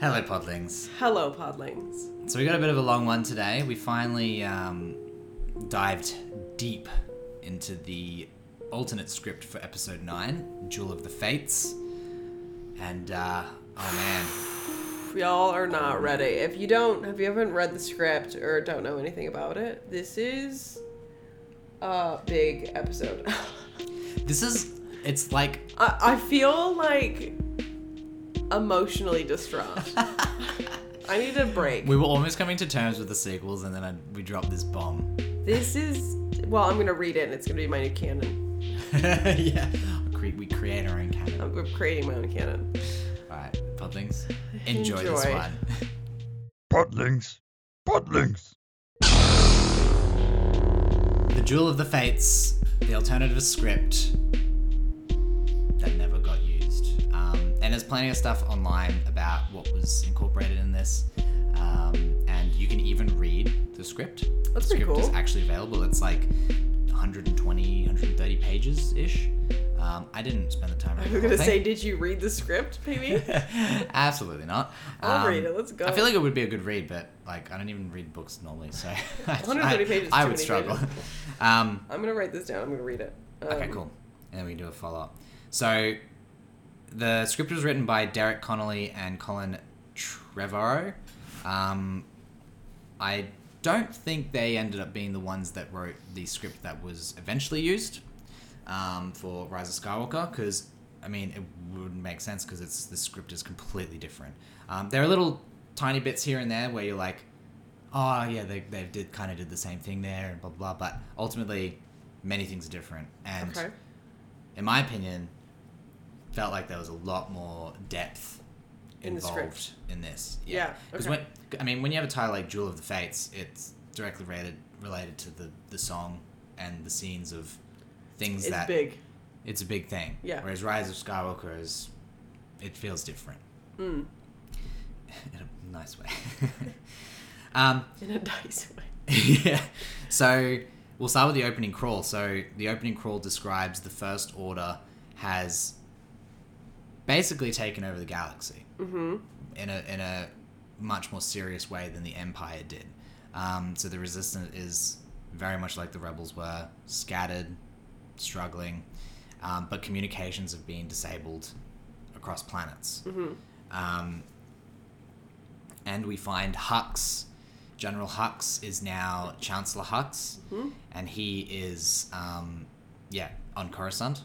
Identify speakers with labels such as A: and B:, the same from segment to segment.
A: Hello, Podlings.
B: Hello, Podlings.
A: So we got a bit of a long one today. We finally um, dived deep into the alternate script for episode nine, Jewel of the Fates, and uh, oh man,
B: Y'all are not ready. If you don't, if you haven't read the script or don't know anything about it, this is a big episode.
A: this is it's like
B: I, I feel like emotionally distraught. I need a break.
A: we were almost coming to terms with the sequels, and then I, we dropped this bomb.
B: This is well, I'm gonna read it, and it's gonna be my new canon.
A: yeah, Cre- we create our own canon.
B: I'm creating my own canon.
A: All right, Podlings, enjoy, this
B: Enjoy.
A: one.
C: Podlings. Podlings.
A: The Jewel of the Fates, the alternative script that never got used. Um, and there's plenty of stuff online about what was incorporated in this. Um, and you can even read the script.
B: That's
A: the
B: pretty
A: script is
B: cool.
A: actually available. It's like 120, 130 pages ish. Um, I didn't spend the time
B: I
A: reading
B: was
A: the
B: gonna
A: whole
B: say,
A: thing.
B: did you read the script, maybe?
A: Absolutely not. Um,
B: I'll read it, let's go.
A: I feel like it would be a good read, but like I don't even read books normally, so I,
B: 130
A: I-
B: pages is
A: I
B: too
A: would
B: many
A: struggle.
B: pages.
A: Um,
B: I'm gonna write this down. I'm gonna read it.
A: Okay,
B: Um,
A: cool. And then we can do a follow up. So, the script was written by Derek Connolly and Colin Trevorrow. Um, I don't think they ended up being the ones that wrote the script that was eventually used um, for Rise of Skywalker, because, I mean, it wouldn't make sense because it's the script is completely different. Um, there are little tiny bits here and there where you're like, oh yeah, they, they did kind of did the same thing there and blah blah. But ultimately, many things are different, and
B: Okay.
A: in my opinion, felt like there was a lot more depth
B: In the script.
A: involved in this.
B: Yeah,
A: because
B: okay.
A: when I mean when you have a title like Jewel of the Fates, it's directly related related to the the song and the scenes of things
B: It's
A: that
B: big.
A: it's a big thing.
B: Yeah.
A: Whereas Rise of Skywalker is, it feels different
B: Mm.
A: in a nice way. um,
B: In a nice way.
A: yeah. So we'll start with the opening crawl. So the opening crawl describes the First Order has basically taken over the galaxy
B: Mm-hmm.
A: in a in a much more serious way than the Empire did. Um, so the Resistance is very much like the Rebels were, scattered, struggling, um, but communications have been disabled across planets. Um, and we find Hux. General Hux is now Chancellor Hux, and he is, um, yeah, on Coruscant.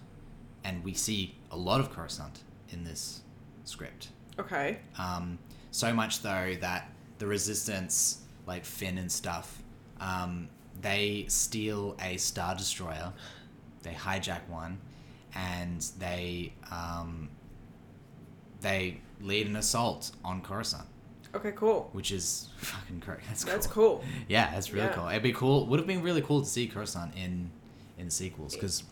A: And we see a lot of Coruscant in this script.
B: Okay.
A: Um, so much though that the resistance, like Finn and stuff, um, they steal a star destroyer, they hijack one, and they um, they lead an assault on Coruscant,
B: Okay. Cool.
A: which is fucking great. That's cool.
B: That's cool.
A: Yeah, that's really
B: Yeah.
A: cool. It'd be cool. Would have been really cool to see Coruscant in in sequels because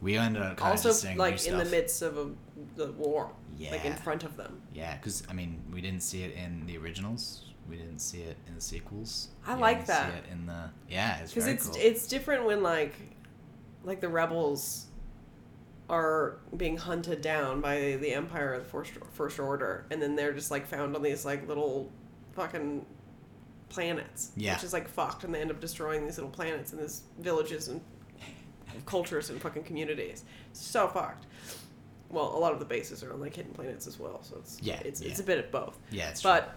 A: we ended up kind of just
B: also,
A: seeing new
B: like in
A: stuff.
B: the midst of a the war, like in
A: Yeah.
B: front of them.
A: Yeah, because I mean, we didn't see it in the originals. We didn't see it in the sequels.
B: I
A: We
B: like
A: only
B: that.
A: See it in the yeah, it's
B: Because
A: very
B: it's
A: cool.
B: it's different when like like the rebels are being hunted down by the, Empire of the First First Order, and then they're just like found on these like little fucking planets,
A: Yeah.
B: which is like fucked, and they end up destroying these little planets and these villages and cultures and fucking communities. So fucked. Well, a lot of the bases are on like hidden planets as well, so it's
A: Yeah,
B: it's,
A: yeah.
B: it's a bit of both.
A: yeah, it's
B: But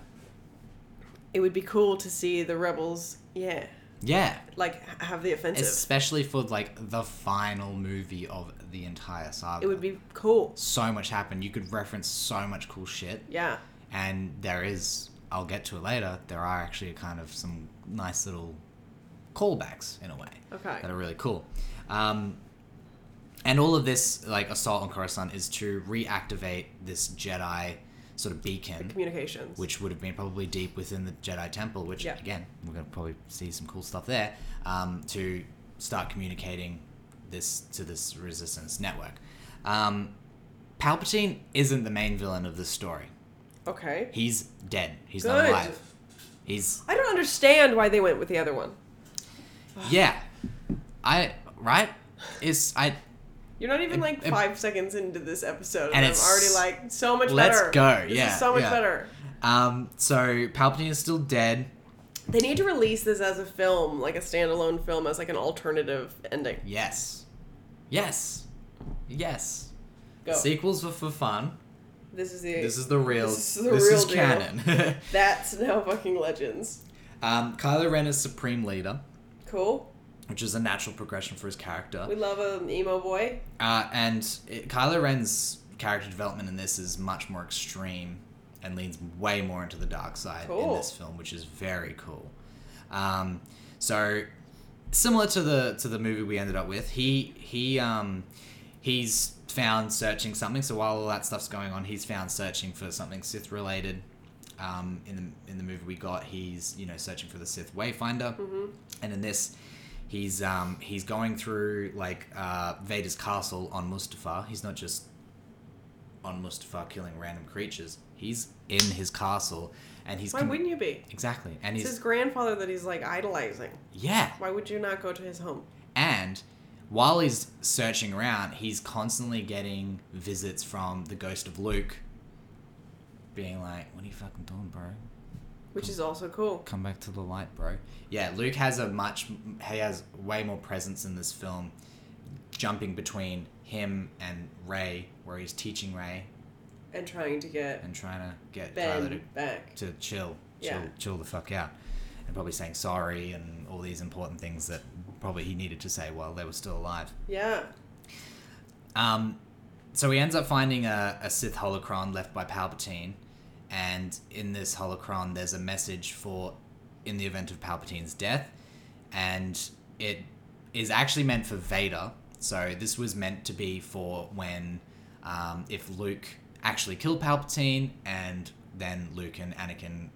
B: it would be cool to see the rebels, yeah,
A: true. yeah,
B: like h- have the offensive.
A: especially for like the final movie of the entire saga.
B: It would be cool.
A: so much happened. You could reference so much cool shit,
B: Yeah.
A: and there is. I'll get to it later. There are actually kind of some nice little callbacks in a way.
B: Okay.
A: that are really cool. Um, and all of this, like assault on Coruscant, is to reactivate this Jedi sort of beacon,
B: Communications.
A: which would have been probably deep within the Jedi Temple. Which
B: Yeah.
A: again, we're gonna probably see some cool stuff there um, to start communicating this to this Resistance network. Um, Palpatine isn't the main villain of this story.
B: Okay.
A: He's dead. He's not
B: Good.
A: alive. He's
B: I don't understand why they went with the other one.
A: yeah, I right. It's I
B: You're not even like
A: it-
B: five seconds into this episode, and,
A: And
B: I'm
A: it's-
B: already like so much
A: let's
B: better.
A: go,
B: This
A: yeah,
B: is so much
A: yeah.
B: better.
A: Um, so Palpatine is still dead.
B: They need to release this as a film, like a standalone film, as like an alternative ending.
A: Yes, yes, yes.
B: Go.
A: Sequels were for fun.
B: this is the.
A: This is the real.
B: This
A: This
B: is
A: is,
B: the real deal.
A: canon.
B: that's now fucking legends.
A: um, Kylo Ren is supreme leader,
B: Cool.
A: which is a natural progression for his character.
B: We love an emo boy.
A: Uh, and it, Kylo Ren's character development in this is much more extreme and leans way more into the dark side
B: Cool.
A: in this film, which is very cool. Um, so similar to the to the movie we ended up with, he he um, he's found searching something. So while all that stuff's going on, he's found searching for something Sith related. Um, in the in the movie we got, he's you know searching for the Sith Wayfinder,
B: Mm-hmm.
A: and in this, he's um, he's going through like uh, Vader's castle on Mustafar. He's not just on Mustafar killing random creatures. He's in his castle, and he's
B: Why
A: con-
B: wouldn't you be?
A: exactly, and
B: It's
A: he's
B: his grandfather that he's like idolizing.
A: yeah,
B: Why would you not go to his home?
A: and while he's searching around, he's constantly getting visits from the ghost of Luke, being like, "What are you fucking doing, bro?
B: Which is also cool.
A: Come back to the light, bro." Yeah, Luke has a much he has way more presence in this film, jumping between him and Ray, where he's teaching Ray
B: And trying to get
A: and trying to get Kylo to
B: Ben back.
A: to chill, chill,
B: Yeah.
A: chill the fuck out, and probably saying sorry and all these important things that probably he needed to say while they were still alive.
B: Yeah.
A: Um, so he ends up finding a, a Sith holocron left by Palpatine, and in this holocron, there's a message for in the event of Palpatine's death, and it is actually meant for Vader. So this was meant to be for when, um, if Luke actually killed Palpatine, and then Luke and Anakin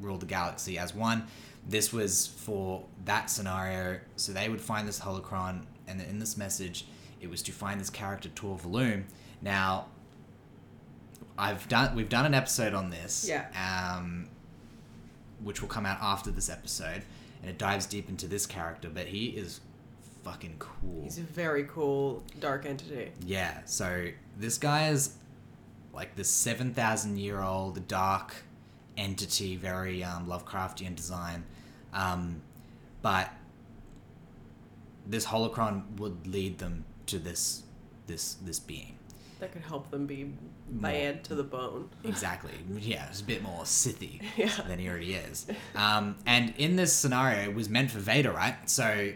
A: rule the galaxy as one. This was for that scenario, so they would find this holocron, and in this message, it was to find this character Tor Valoom. Now, I've done we've done an episode on this,
B: Yeah.
A: um, which will come out after this episode, and it dives deep into this character, but he is fucking cool.
B: He's a very cool dark entity.
A: Yeah, so this guy is like this 7,000 year old dark entity, very um, Lovecraftian design. Um, but this holocron would lead them to this this this being.
B: That could help them be bad to the bone.
A: Exactly. Yeah, it's a bit more Sithy
B: Yeah.
A: than he already is. Um, and in this scenario, it was meant for Vader, right? So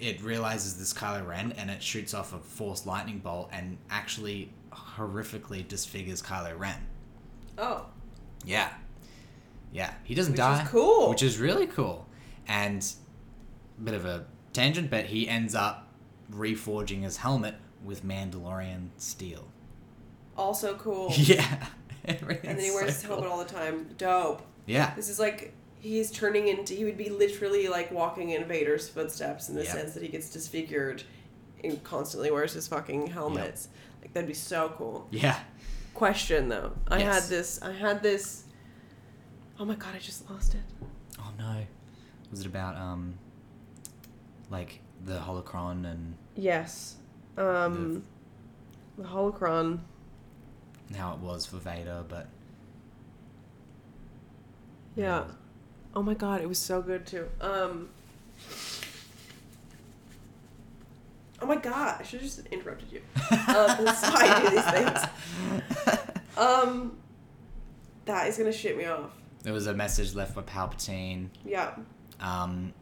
A: it realizes this Kylo Ren and it shoots off a force lightning bolt and actually horrifically disfigures Kylo Ren.
B: Oh.
A: Yeah. Yeah. He doesn't
B: Which is
A: die.
B: cool.
A: Which is really cool. And bit of a tangent, but he ends up reforging his helmet with Mandalorian steel.
B: Also cool.
A: Yeah.
B: Oh. And then he wears his helmet all the time. Dope.
A: Yeah.
B: This is like he's turning into he would be literally like walking in Vader's footsteps in the
A: Yep.
B: sense that he gets disfigured and constantly wears his fucking helmets. Like that'd be so cool.
A: Yeah.
B: Question though. I
A: Yes.
B: had this I had this Oh my god, I just lost it.
A: Oh no. Was it about um like the holocron and
B: Yes. Um the holocron.
A: how it was for Vader, but
B: Yeah. Oh my god, it was so good too. Um Oh my god, I should have just interrupted you. Um, that's how I do these
A: things.
B: Um, that is gonna shit me off.
A: There was a message left by Palpatine.
B: Yeah.
A: Um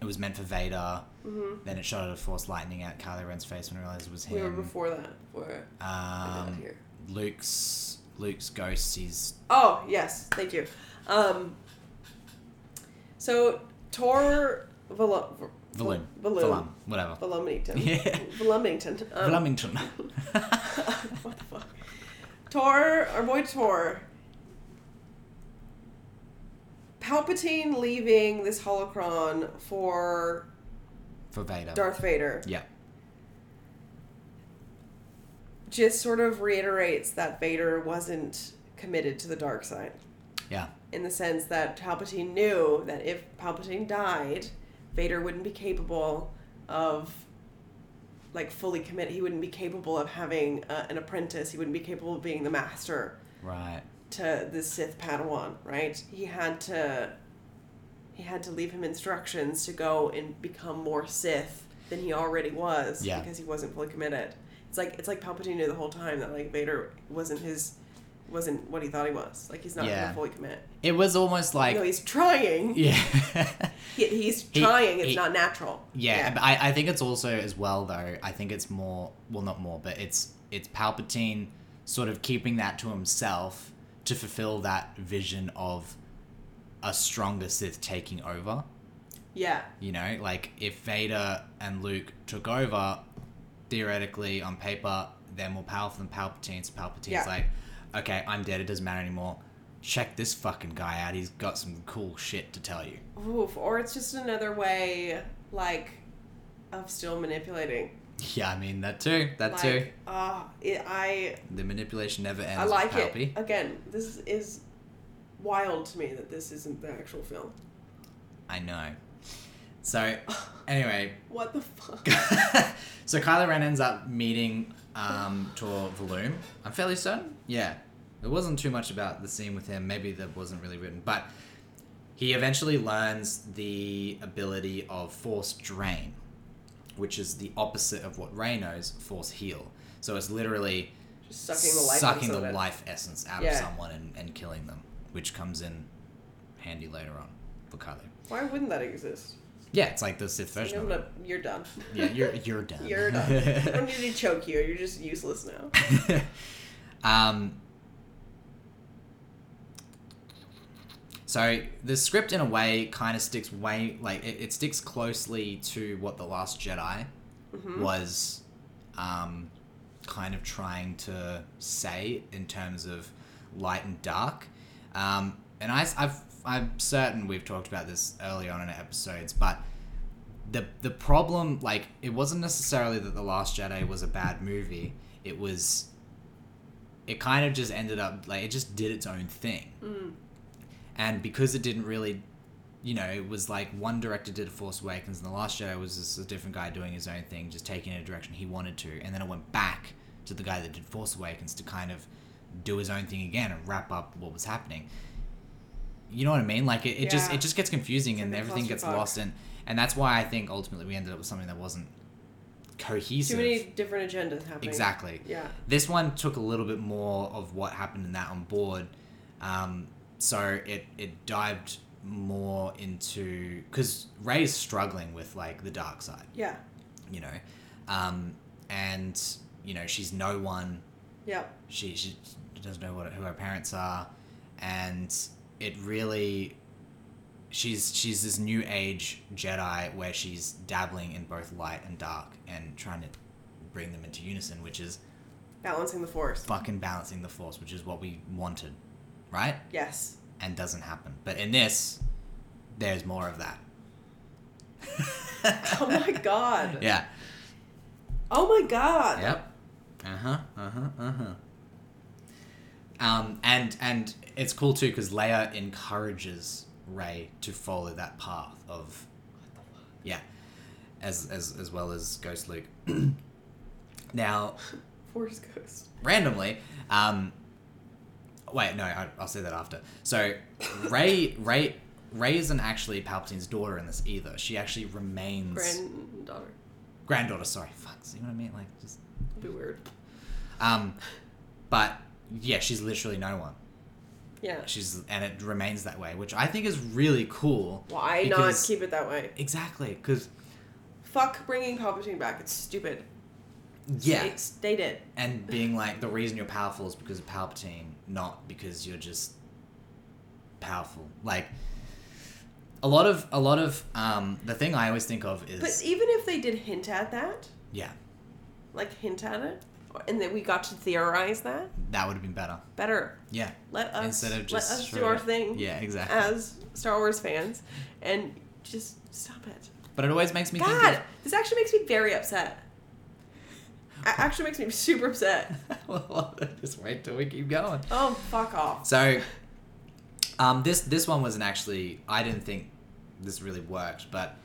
A: it was meant for Vader.
B: hmm
A: Then it shot a force lightning out Kylo Ren's face when it realized it was
B: We were
A: him.
B: before that. Before I got
A: um,
B: here.
A: Luke's Luke's ghost is
B: Oh yes, thank you. Um. So Tor Valo- V-
A: Valum.
B: Valum.
A: Valum. Whatever.
B: Volumington.
A: Yeah.
B: Volumington. Um,
A: Valumington.
B: what the fuck? Tor, our boy Tor. Palpatine leaving this holocron for
A: for Vader.
B: Darth Vader.
A: Yeah.
B: just sort of reiterates that Vader wasn't committed to the dark side
A: Yeah.
B: in the sense that Palpatine knew that if Palpatine died, Vader wouldn't be capable of like fully committed. He wouldn't be capable of having uh, an apprentice. He wouldn't be capable of being the master
A: Right.
B: to the Sith Padawan, right? He had to he had to leave him instructions to go and become more Sith than he already was
A: Yeah.
B: because he wasn't fully committed. It's like it's like Palpatine knew the whole time that like Vader wasn't his wasn't what he thought he was. Like he's not
A: Yeah.
B: gonna fully commit.
A: It was almost like
B: no, he's trying.
A: yeah.
B: He, he's
A: He-
B: trying. It's
A: he-
B: not natural.
A: Yeah, but I, I think it's also as well though. I think it's more well, not more, but it's it's Palpatine sort of keeping that to himself to fulfill that vision of a stronger Sith taking over.
B: Yeah.
A: You know, like if Vader and Luke took over, theoretically on paper, they're more powerful than Palpatine. So Palpatine's
B: Yeah.
A: like, okay, I'm dead. It doesn't matter anymore. Check this fucking guy out. He's got some cool shit to tell you.
B: Oof. Or it's just another way, like, of still manipulating.
A: Yeah, I mean that too. That too.
B: like, Ah, it, I
A: The manipulation never ends.
B: I like
A: with Palpy.
B: it. Again, this is wild to me that this isn't the actual film.
A: I know. So, anyway,
B: What the fuck?
A: so Kylo Ren ends up meeting um, Tor Valoom. I'm fairly certain. Yeah, there wasn't too much about the scene with him. Maybe that wasn't really written, but he eventually learns the ability of Force Drain, which is the opposite of what Rey knows, Force Heal. So it's literally
B: Just sucking the life.
A: sucking
B: out of
A: the
B: someone.
A: life essence out of
B: Yeah.
A: someone and, and killing them, which comes in handy later on for Kylo.
B: Why wouldn't that exist?
A: Yeah, it's like the Sith
B: You
A: version.
B: know
A: of it.
B: what? You're done.
A: Yeah, you're you're done.
B: You're done. I don't need to choke you. You're just useless now.
A: um, so the script, in a way, kind of sticks way like it, it sticks closely to what the Last Jedi was, um, kind of trying to say in terms of light and dark. Um, and I, I've, I'm certain we've talked about this early on in our episodes, but the the problem like it wasn't necessarily that the last jedi was a bad movie it was it kind of just ended up like it just did its own thing
B: Mm.
A: and because it didn't really you know it was like one director did force awakens and the last jedi was just a different guy doing his own thing just taking it a direction he wanted to and then it went back to the guy that did force awakens to kind of do his own thing again and wrap up what was happening you know what i mean like it, it just
B: Yeah.
A: it just gets confusing and
B: like a
A: everything gets
B: clusterfuck.
A: lost and and that's why i think ultimately we ended up with something that wasn't
B: Too
A: cohesive
B: many different agendas happening.
A: exactly
B: Yeah.
A: this one took a little bit more of what happened in that on board um, so it it dived more into because ray's struggling with like the dark side
B: Yeah.
A: you know um, and you know she's no one
B: Yeah.
A: she she doesn't know what who her parents are, and it really she's she's this new age Jedi where she's dabbling in both light and dark and trying to bring them into unison, which is
B: Balancing the force.
A: fucking balancing the force, which is what we wanted, right?
B: Yes.
A: And doesn't happen. But in this, there's more of that.
B: Oh my god.
A: Yeah.
B: Oh my god.
A: Yep. Uh huh. Uh huh. Uh huh. Um, and and it's cool too because Leia encourages Ray to follow that path of, yeah, as as as well as Ghost Luke. now,
B: Force ghost.
A: randomly, um, wait, no, I, I'll say that after. So, Ray, Ray, Ray isn't actually Palpatine's daughter in this either. She actually remains
B: Granddaughter.
A: granddaughter. Sorry, fuck. See what I mean? Like just
B: It'd be weird.
A: Um, but yeah, she's literally no one.
B: Yeah.
A: She's and it remains that way, which I think is really cool.
B: Why
A: because-
B: not keep it that way?
A: Exactly, because
B: Fuck bringing Palpatine back. It's stupid.
A: yeah,
B: It's dated.
A: and being like the reason you're powerful is because of Palpatine, not because you're just powerful. Like a lot of a lot of um, the thing I always think of is
B: But even if they did hint at that,
A: yeah,
B: like hint at it, and that we got to theorize that,
A: that would have been better.
B: better.
A: Yeah,
B: Let us
A: instead of just
B: let us do
A: straight
B: our
A: up-
B: thing Um,
A: Yeah, exactly.
B: as Star Wars fans, and just stop it.
A: but it always makes me
B: God,
A: think.
B: this actually makes me very upset. A- actually makes me super upset.
A: Of, well, just wait till we keep going.
B: Oh, fuck off.
A: So, um, this this one wasn't actually. I didn't think this really worked, but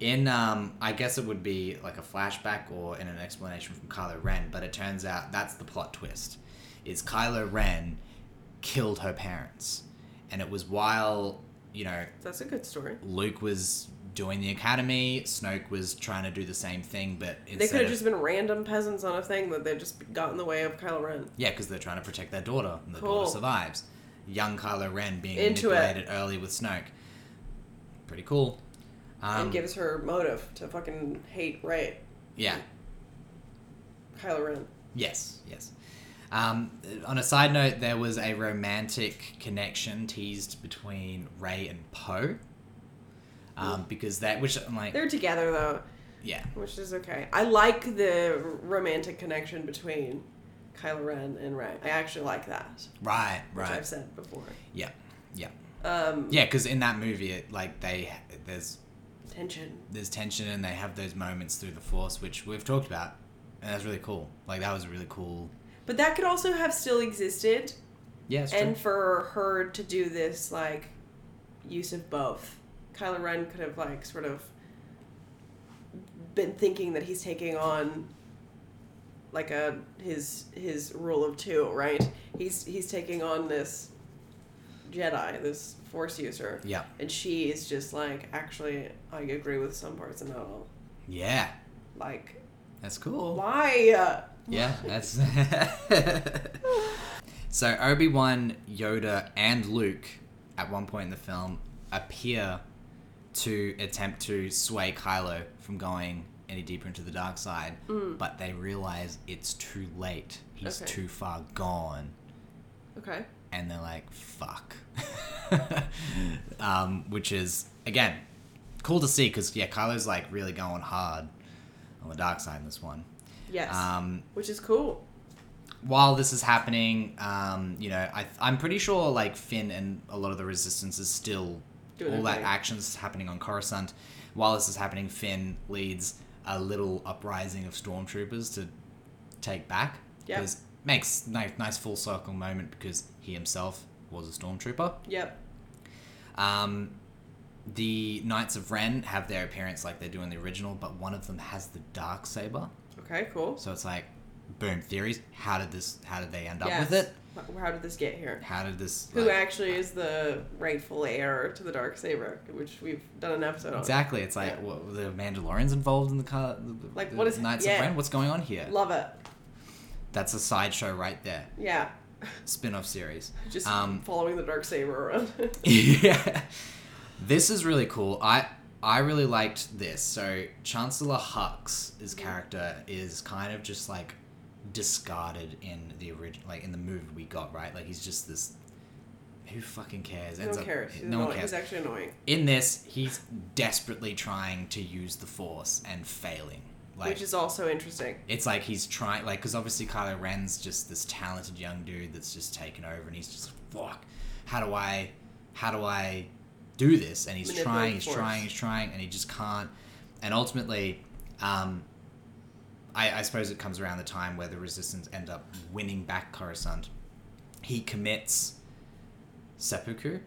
A: in um, I guess it would be like a flashback or in an explanation from Kylo Ren, but it turns out that's the plot twist. Is Kylo Ren killed her parents, and it was while you know
B: That's a good story.
A: Luke was doing the academy, Snoke was trying to do the same thing, but
B: They could
A: instead
B: have
A: of,
B: just been random peasants on a thing that they just got in the way of Kylo Ren.
A: yeah, because they're trying to protect their daughter, and the
B: Cool.
A: daughter survives. Young Kylo Ren being
B: Into it.
A: manipulated early with Snoke, pretty cool. Um,
B: and gives her motive to fucking hate Ray,
A: yeah,
B: Kylo Ren.
A: Yes, yes. Um, on a side note, there was a romantic connection teased between Ray and Poe, um, because that, which I'm like,
B: They're together though,
A: yeah,
B: which is okay. I like the romantic connection between Kylo Ren and Ray. I actually like that,
A: right,
B: which I've
A: right,
B: said before.
A: yeah, yeah,
B: Um,
A: yeah. Because in that movie, it, like they there's
B: tension.
A: there's tension and they have those moments through the Force, which we've talked about, and that's really cool. Like that was a really cool.
B: But that could also have still existed,
A: Yeah, it's
B: and
A: true.
B: for her to do this like use of both, Kylo Ren could have like sort of been thinking that he's taking on like a his his rule of two, right? He's he's taking on this Jedi, this Force user,
A: Yeah,
B: and she is just like, actually, I agree with some parts and not all.
A: yeah,
B: Like,
A: that's cool.
B: why?
A: Yeah, that's. so Obi Wan, Yoda, and Luke, at one point in the film, appear to attempt to sway Kylo from going any deeper into the dark side, but they realize it's too late. He's
B: Mm. Okay.
A: too far gone,
B: Okay.
A: and they're like, "Fuck," um, which is again cool to see because yeah, Kylo's like really going hard on the dark side in this one.
B: Yes.
A: Um,
B: Which is cool.
A: while this is happening, um, you know, I, I'm pretty sure like Finn and a lot of the resistance is still
B: Doing
A: all
B: their
A: that
B: thing.
A: actions happening on Coruscant. While this is happening, Finn leads a little uprising of stormtroopers to take back.
B: Yep.
A: Because- Makes nice, nice full circle moment because he himself was a stormtrooper.
B: Yep.
A: Um, the Knights of Ren have their appearance like they do in the original, but one of them has the dark saber.
B: Okay, cool.
A: So it's like, boom, theories. How did this? How did they end up
B: Yes.
A: with it?
B: Wh- How did this get here?
A: How did this?
B: Who
A: like-
B: actually is the rightful heir to the dark saber, which we've done an episode on.
A: Exactly. It's like
B: Yeah.
A: what, were the Mandalorians involved in the car.
B: Like,
A: the
B: what is-
A: Knights
B: yeah.
A: of Ren? What's going on here?
B: Love it.
A: That's a sideshow right there.
B: Yeah.
A: Spin-off series.
B: Just
A: Um,
B: following the dark saber around.
A: yeah. This is really cool. I I really liked this. So Chancellor Hux, his character, is kind of just like discarded in the original, like in the movie we got, right? Like he's just this. Who fucking cares?
B: no
A: Ends
B: one
A: up-
B: cares. He's
A: No one
B: annoying.
A: cares.
B: He's actually annoying.
A: In this, he's desperately trying to use the Force and failing. Like,
B: which is also interesting.
A: it's like he's trying like because obviously Kylo Ren's just this talented young dude that's just taken over and he's just fuck how do I how do I do this and he's
B: Manipulate
A: trying
B: the
A: he's
B: Force.
A: trying he's trying and he just can't and ultimately um I, I suppose it comes around the time where the resistance end up winning back Coruscant he commits seppuku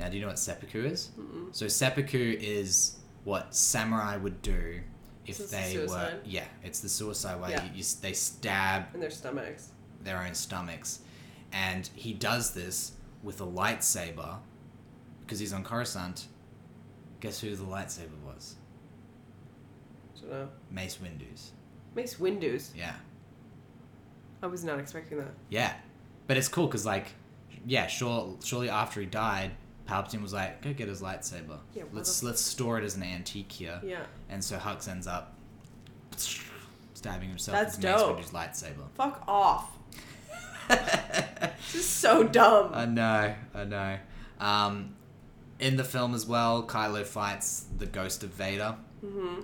A: now do you know what seppuku is
B: Mm-mm.
A: so seppuku is what samurai would do if
B: So it's a
A: they were
B: suicide?
A: yeah, it's the suicide way.
B: Yeah.
A: You, you, s- they stab
B: In their stomachs.
A: their own stomachs, and he does this with a lightsaber because he's on Coruscant. Guess who the lightsaber was?
B: I don't know.
A: Mace Windu's.
B: Mace Windu's.
A: Yeah,
B: I was not expecting that.
A: yeah, but it's cool because like, yeah, sure, surely after he died, Palpatine was like, "Go get his lightsaber.
B: Yeah, what
A: let's
B: the-
A: let's store it as an antique here."
B: Yeah.
A: And so Hux ends up stabbing himself
B: That's
A: with
B: dope.
A: Mace Windu's lightsaber.
B: Fuck off. This is so dumb.
A: I know, I know. Um, in the film as well, Kylo fights the ghost of Vader,
B: mm-hmm.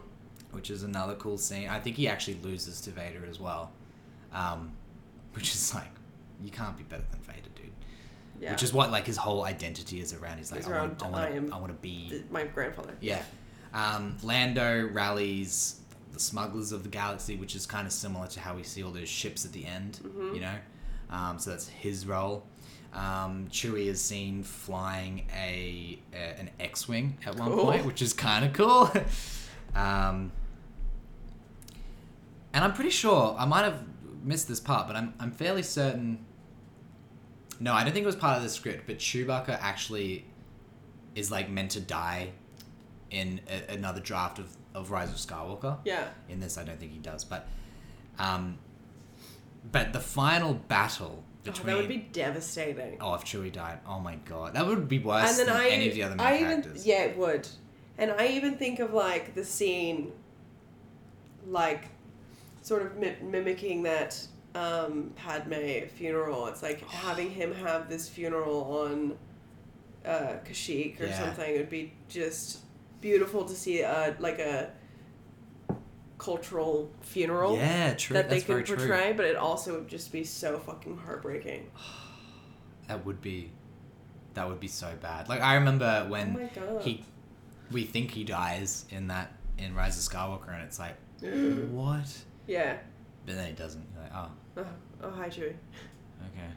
A: which is another cool scene. I think he actually loses to Vader as well, um, which is like, you can't be better than Vader, dude.
B: Yeah.
A: Which is what like his whole identity is around. He's like,
B: He's
A: I,
B: around,
A: want, I,
B: "I
A: want
B: am
A: to, I want to be.
B: Th- my grandfather.
A: Yeah. Um, Lando rallies the smugglers of the galaxy, which is kind of similar to how we see all those ships at the end, you know? Um, so that's his role. Um, Chewie is seen flying a, a an X-wing at one
B: Cool.
A: point, which is kind of cool. um, and I'm pretty sure I might have missed this part, but I'm I'm fairly certain. No, I don't think it was part of the script, but Chewbacca actually is like meant to die in a, another draft of, of Rise of Skywalker.
B: Yeah.
A: In this, I don't think he does, but um, but the final battle
B: Oh,
A: between
B: that would be devastating.
A: Oh, if Chewie died, oh my god, that would be worse than any of the other main
B: I even,
A: characters.
B: yeah, it would. And I even think of like the scene, like, sort of mi- mimicking that um, Padme funeral. It's
A: Oh.
B: like having him have this funeral on uh, Kashyyyk or
A: Yeah.
B: something would be just beautiful to see, uh, like a cultural funeral
A: Yeah, true.
B: that they
A: That's
B: could
A: very true.
B: portray. But it also would just be so fucking heartbreaking. Oh
A: That would be, that would be so bad. Like I remember
B: Oh
A: when
B: my god.
A: he, we think he dies in that in Rise of Skywalker, and it's like what?
B: yeah.
A: But then he doesn't. You're like oh,
B: Oh, oh hi Chewie.
A: Okay.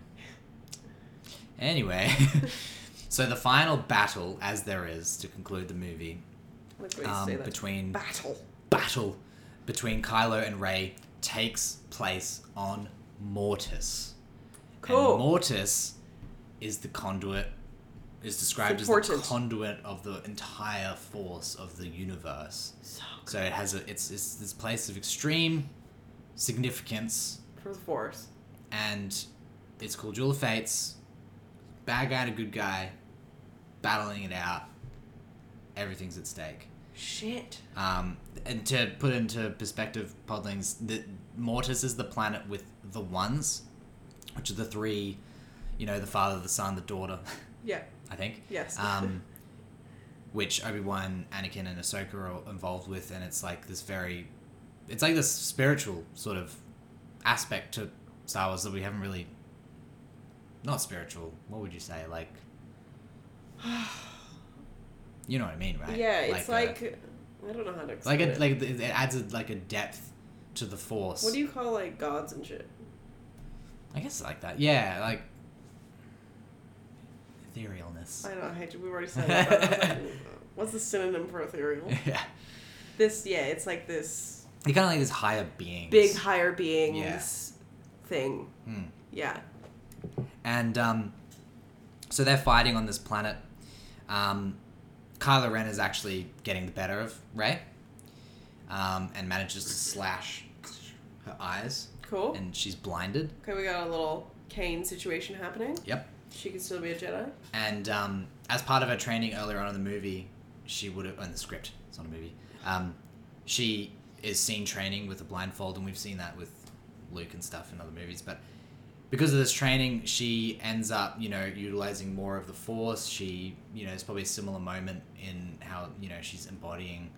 A: Anyway, so the final battle, as there is to conclude the movie,
B: Like when you
A: um,
B: say that.
A: between
B: battle.
A: battle between Kylo and Rey takes place on Mortis.
B: Cool.
A: And Mortis is the conduit, is described as the
B: Important.
A: conduit of the entire force of the universe.
B: So
A: So it has a it's it's this place of extreme significance
B: for the force.
A: and it's called Jewel of Fates. Bad guy to good guy, battling it out. Everything's at stake.
B: Shit.
A: Um, and to put into perspective, Podlings, the Mortis is the planet with the ones, which are the three, you know, the father, the son, the daughter,
B: Yeah.
A: I think.
B: Yes.
A: Um, which Obi Wan, Anakin, and Ahsoka are all involved with, and it's like this very, it's like this spiritual sort of aspect to Star Wars that we haven't really, not spiritual. What would you say? Like, you know what I mean, right?
B: Yeah, it's
A: a-
B: like, I don't know how to
A: it's like
B: explain
A: a,
B: it.
A: like it adds a, like a depth to the force.
B: what do you call like gods and shit?
A: I guess like that. Yeah, like etherealness.
B: I don't know, I hate you. We've already said that. but I was like, What's the synonym for ethereal?
A: yeah,
B: This yeah, it's like this
A: you kind of like this higher being.
B: big higher beings thing.
A: Hmm.
B: Yeah.
A: And um, so they're fighting on this planet. Um, Kylo Ren is actually getting the better of Rey, um, and manages to slash her eyes,
B: Cool.
A: and she's blinded.
B: okay, we got a little Kane situation happening.
A: Yep.
B: She can still be a Jedi.
A: And um, as part of her training earlier on in the movie, she would have in the script. It's not a movie. Um, she is seen training with a blindfold, and we've seen that with Luke and stuff in other movies. But because of this training, she ends up, you know, utilizing more of the Force. She, you know, it's probably a similar moment in how you know she's embodying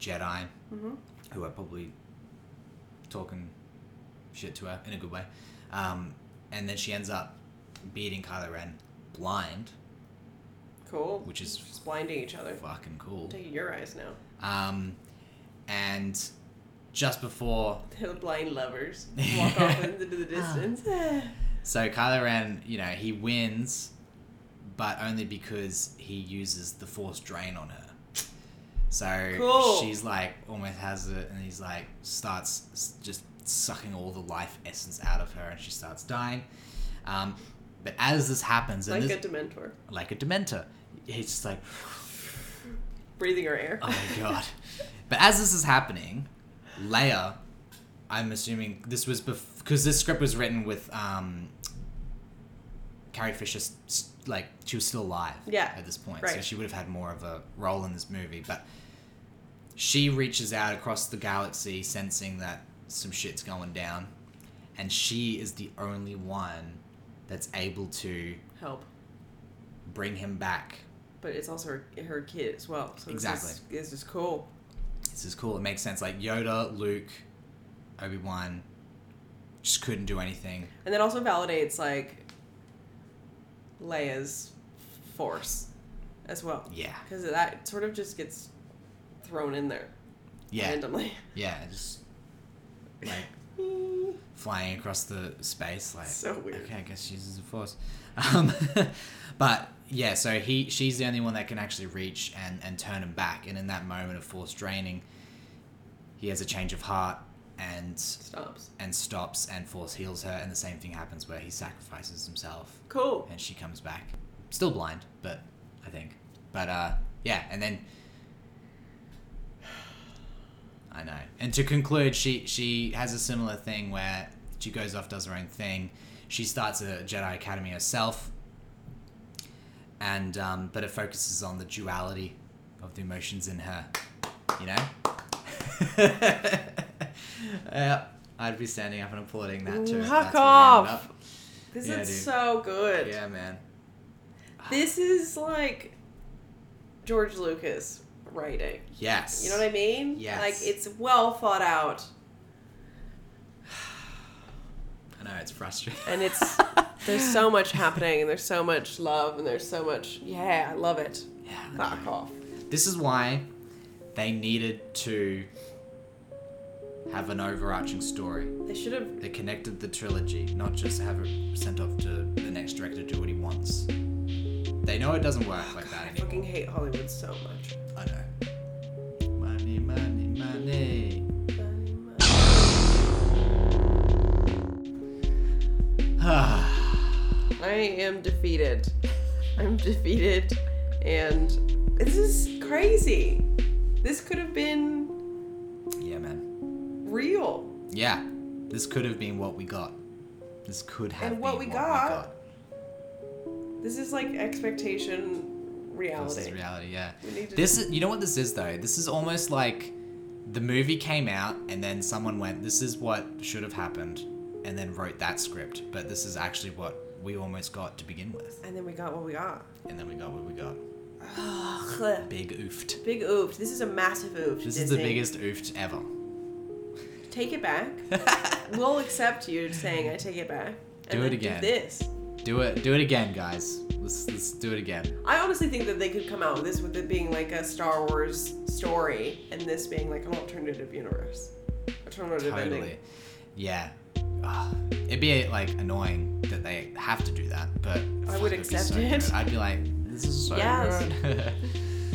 A: Jedi,
B: Mm-hmm.
A: who are probably talking shit to her in a good way. Um, and then she ends up beating Kylo Ren blind
B: Cool.
A: which is
B: Just blinding each other.
A: fucking cool.
B: Taking your eyes now.
A: Um, and just before,
B: The blind lovers walk off into the distance.
A: so Kylo Ren, you know, he wins, but only because he uses the Force drain on her. So
B: Cool.
A: she's like almost has it, and he's like starts s- just sucking all the life essence out of her, and she starts dying. Um, but as this happens, and
B: like
A: this,
B: a Dementor.
A: like a Dementor, he's just like,
B: Breathing her air.
A: Oh my god. But as this is happening, Leia, I'm assuming this was because this script was written with um, Carrie Fisher, s- s- like, she was still alive
B: Yeah,
A: at this point. So
B: right.
A: she would have had more of a role in this movie. But she reaches out across the galaxy, sensing that some shit's going down. And she is the only one that's able to
B: Help.
A: bring him back
B: But it's also her, her kid as well. So
A: Exactly.
B: This is, this is cool.
A: this is cool. It makes sense. Like Yoda, Luke, Obi Wan, just couldn't do anything.
B: And that also validates, like, Leia's force as well.
A: Yeah,
B: Because that sort of just gets thrown in there
A: yeah,
B: randomly.
A: yeah. Just like flying across the space, like
B: So weird.
A: Okay, I guess she uses the force. Um, but yeah, so he she's the only one that can actually reach and and turn him back. And in that moment of forced draining, he has a change of heart and
B: Stops.
A: and stops and force heals her. And the same thing happens where he sacrifices himself
B: Cool.
A: and she comes back still blind but i think but uh yeah and then i know and to conclude she she has a similar thing where she goes off does her own thing she starts a jedi academy herself and um but it focuses on the duality of the emotions in her you know yeah Uh, i'd be standing up and applauding that too if
B: Knock
A: that's where we ended
B: off.
A: up.
B: This
A: Yeah,
B: is
A: dude.
B: so good.
A: yeah man
B: This is like George Lucas writing.
A: yes
B: You know what I mean?
A: Yes.
B: Like it's well thought out
A: I know it's frustrating.
B: and it's there's so much happening and there's so much love and there's so much yeah, I love it.
A: Yeah, I
B: Knock
A: know.
B: off.
A: This is why they needed to have an overarching story.
B: They should have
A: They connected the trilogy, not just have it sent off to the next director to do what he wants. They know it doesn't work like that
B: I
A: anymore.
B: fucking hate Hollywood so much.
A: I know. Money, money, money.
B: I am defeated. I'm defeated and this is crazy. This could have been
A: yeah, man.
B: real.
A: Yeah, this could have been what we got. This could have
B: And what
A: been what
B: we got
A: we got.
B: This is like expectation
A: This
B: reality.
A: is reality, yeah.
B: We need to-
A: This is, you know what this is though. This is almost like the movie came out and then someone went, "This is what should have happened," and then wrote that script. But this is actually what we almost got to begin with,
B: and then we got what we got.
A: and then we got what we got. Big oofed.
B: Big oofed. This is a massive oofed.
A: This is the
B: Disney.
A: biggest oofed ever.
B: Take it back. we'll accept you saying I take it back. And
A: Do it
B: then
A: again.
B: Do this.
A: Do it, do it again, guys. Let's let's do it again.
B: I honestly think that they could come out with this with it being like a Star Wars story and this being like an alternative universe. Alternative ending.
A: Totally. Yeah. Ah, it'd be like annoying that they have to do that, but
B: I
A: fuck,
B: would
A: it'd be
B: accept
A: so
B: it.
A: good. I'd be like, this is so
B: Yes.
A: good.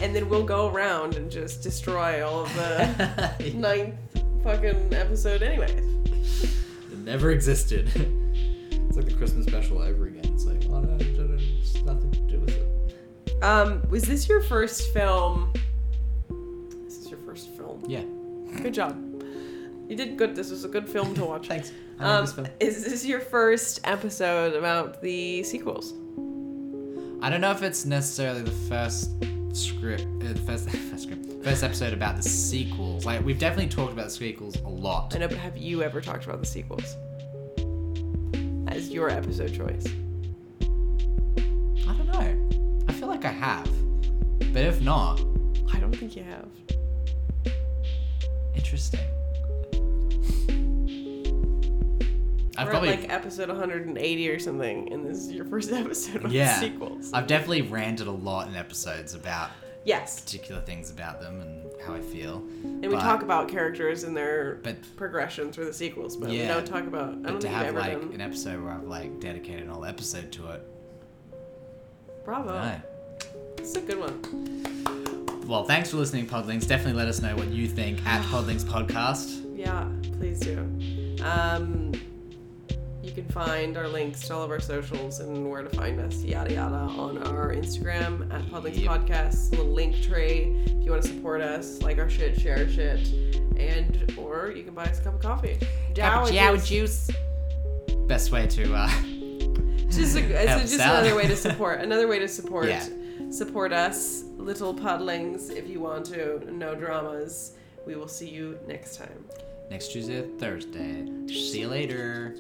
B: And then we'll go around and just destroy all of the ninth fucking episode anyways.
A: It never existed. it's like the Christmas special over again. It's like, oh no, it's nothing to do with it.
B: Um, was this your first film? This is your first film.
A: Yeah.
B: Good job. You did good. This was a good film to watch.
A: Thanks. I made
B: Um,
A: this film.
B: is this your first episode about the sequels?
A: I don't know if it's necessarily the first script, uh, the first, first script, first episode about the sequels. Like we've definitely talked about the sequels a lot.
B: I know, but have you ever talked about the sequels as your episode choice?
A: I don't know. I feel like I have, but if not,
B: I don't think you have.
A: interesting. I've
B: We're
A: probably
B: at like episode 180 or something, and this is your first episode about
A: yeah.
B: the sequels.
A: I've definitely ranted a lot in episodes about
B: yes,
A: particular things about them and how I feel.
B: and we
A: but-
B: talk about characters and their
A: But
B: progression through the sequels, but we
A: Yeah.
B: don't talk about. I don't
A: but to
B: think you've
A: have
B: ever
A: like
B: done.
A: an episode where I've like dedicated an whole episode to it,
B: Bravo.
A: no.
B: This is a good one.
A: Well, thanks for listening, Podlings. Definitely let us know what you think at Podlings Podcast.
B: Yeah, please do. Um, you can find our links to all of our socials and where to find us, yada yada, on our Instagram at Podlinks
A: Yep.
B: Podcast. Little link tray if you want to support us, like our shit, share our shit, and or you can buy us a cup of coffee. Dow is-
A: juice. Best way to uh,
B: Just a,
A: Helps
B: it's just
A: out.
B: another way to support. Another way to support.
A: Yeah.
B: Support us, little podlings, if you want to. No dramas. We will see you next time.
A: next Tuesday, Thursday. See you later.